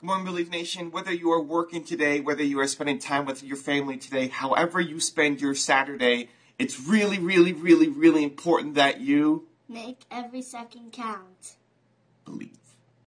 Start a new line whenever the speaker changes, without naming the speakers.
Good morning, Believe Nation. Whether you are working today, whether you are spending time with your family today, however you spend your Saturday, it's really, really, really, really important that you
Make every second count.
believe.